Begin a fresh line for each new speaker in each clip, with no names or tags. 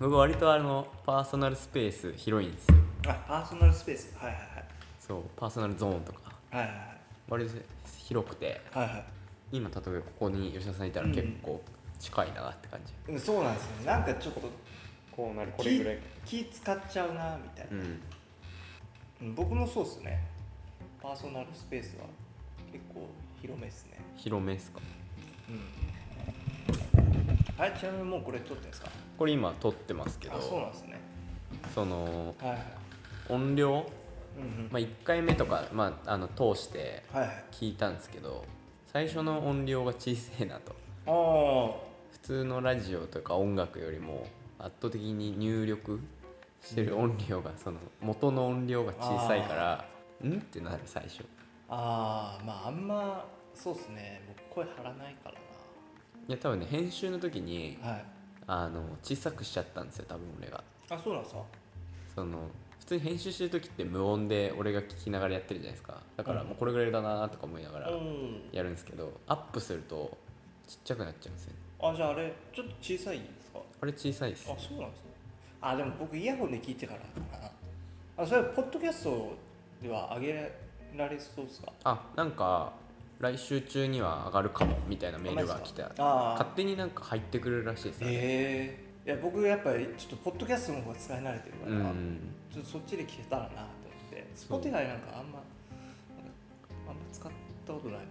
僕割とあのパーソナルスペース広いんですよ
あパーソナルスペースはいはい
そうパーソナルゾーンとか
はいはい
割と広くて
はいはいは
今例えばここに吉田さんいたら
うんうん
結構近いなって感じ、
いうんそうなんですよねなんかちょっと
こうなる
気気使っちゃうなみたいな
う、ん
うん、僕もそうっすねパーソナルスペースは結構広めっすね
広めですか
うんはいちなみにもうこれ撮ってんですか
これ今撮ってますけ
あそう
ど
なんですね
その
はいはい
音量、
うんうん、
まあ、1回目とか、まあ、あの通して
はいはい
聞いたんですけど最初の音量が小さいなと
ああ
普通のラジオとか音楽よりも圧倒的に入力してる音量がその元の音量が小さいからんってなる最初
ああまああんまそうですね僕声張らないか
い
ら
や多分ね編集の時に
なはい
あの小さくしちゃったんですよ多分俺が
あそうなんですか
その普通に編集してる時って無音で俺が聞きながらやってるじゃないですかだからもうこれぐらいだなとか思いながら
うん
やるんですけどアップするとちっちゃくなっちゃうんですよね
あじゃああれちょっと小さいんですか
あれ小さいです
あそうなんですねあでも僕イヤホンで聞いてからかなあそれポッドキャストでは上げられそうですか
あなんか来週中には上がるかもみたいなメールが来て
ああ
勝手になんか入ってくるらしいですね、
ええいや僕やっぱりちょっとポッドキャストの方が使い慣れてるから、
うん
ちょっとそっちで聞けたらなと思ってス
そ
ポ
う
ティフイなんかあんまなんかあんま使ったことないか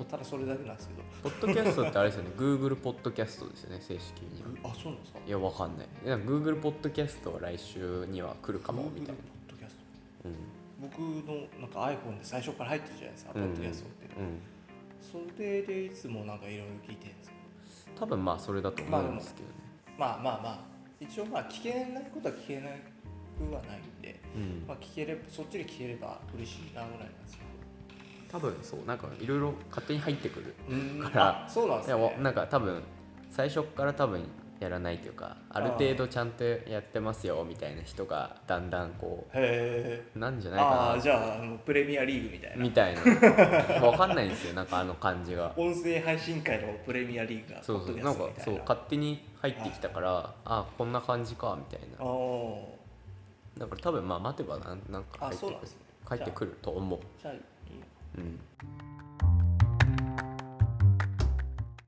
らただそれだけなんですけど
ポッドキャストってあれですよね Google ポッドキャストですよね正式には
あそうなんですか
いやわかんないいや Google ポッドキャストは来週には来るかもみたいな
Google ポッドキャスト
うん
僕のなんか iPhone で最初から入ってるじゃないですか、
うん
ポッドキャストって
うん
それでいつもなんかいろいろ聞いてるんですけ
多分まあそれだと思うんですけどね、
どまあまあまあ一応まあ聞けないことは聞けなくはないんで、
うん
まあ、聞ければそっちで聞ければ嬉しいなぐらいなんですけ
多分そうなんかいろいろ勝手に入ってくる
どうん
から
あそうなんで
い
す
や
ね
わなんか多分最初から多分やらないというかある程度ちゃんとやってますよみたいな人がだんだんこ
へ
うなんじゃ
え
ない
ああー
か
じゃああのプレミアリーグみたい
な
な
みたいなわかんないんですよなんかあの感じが
音声配信会のプレミアリーグが
そうそうなんかそう勝手に入ってきたから、あこんな感じかみたい
あ
なだから多分まあ待てばなんなんか
あ
入って
そう
く
な
る
んですね
入ってくると思う
じゃあいい
うん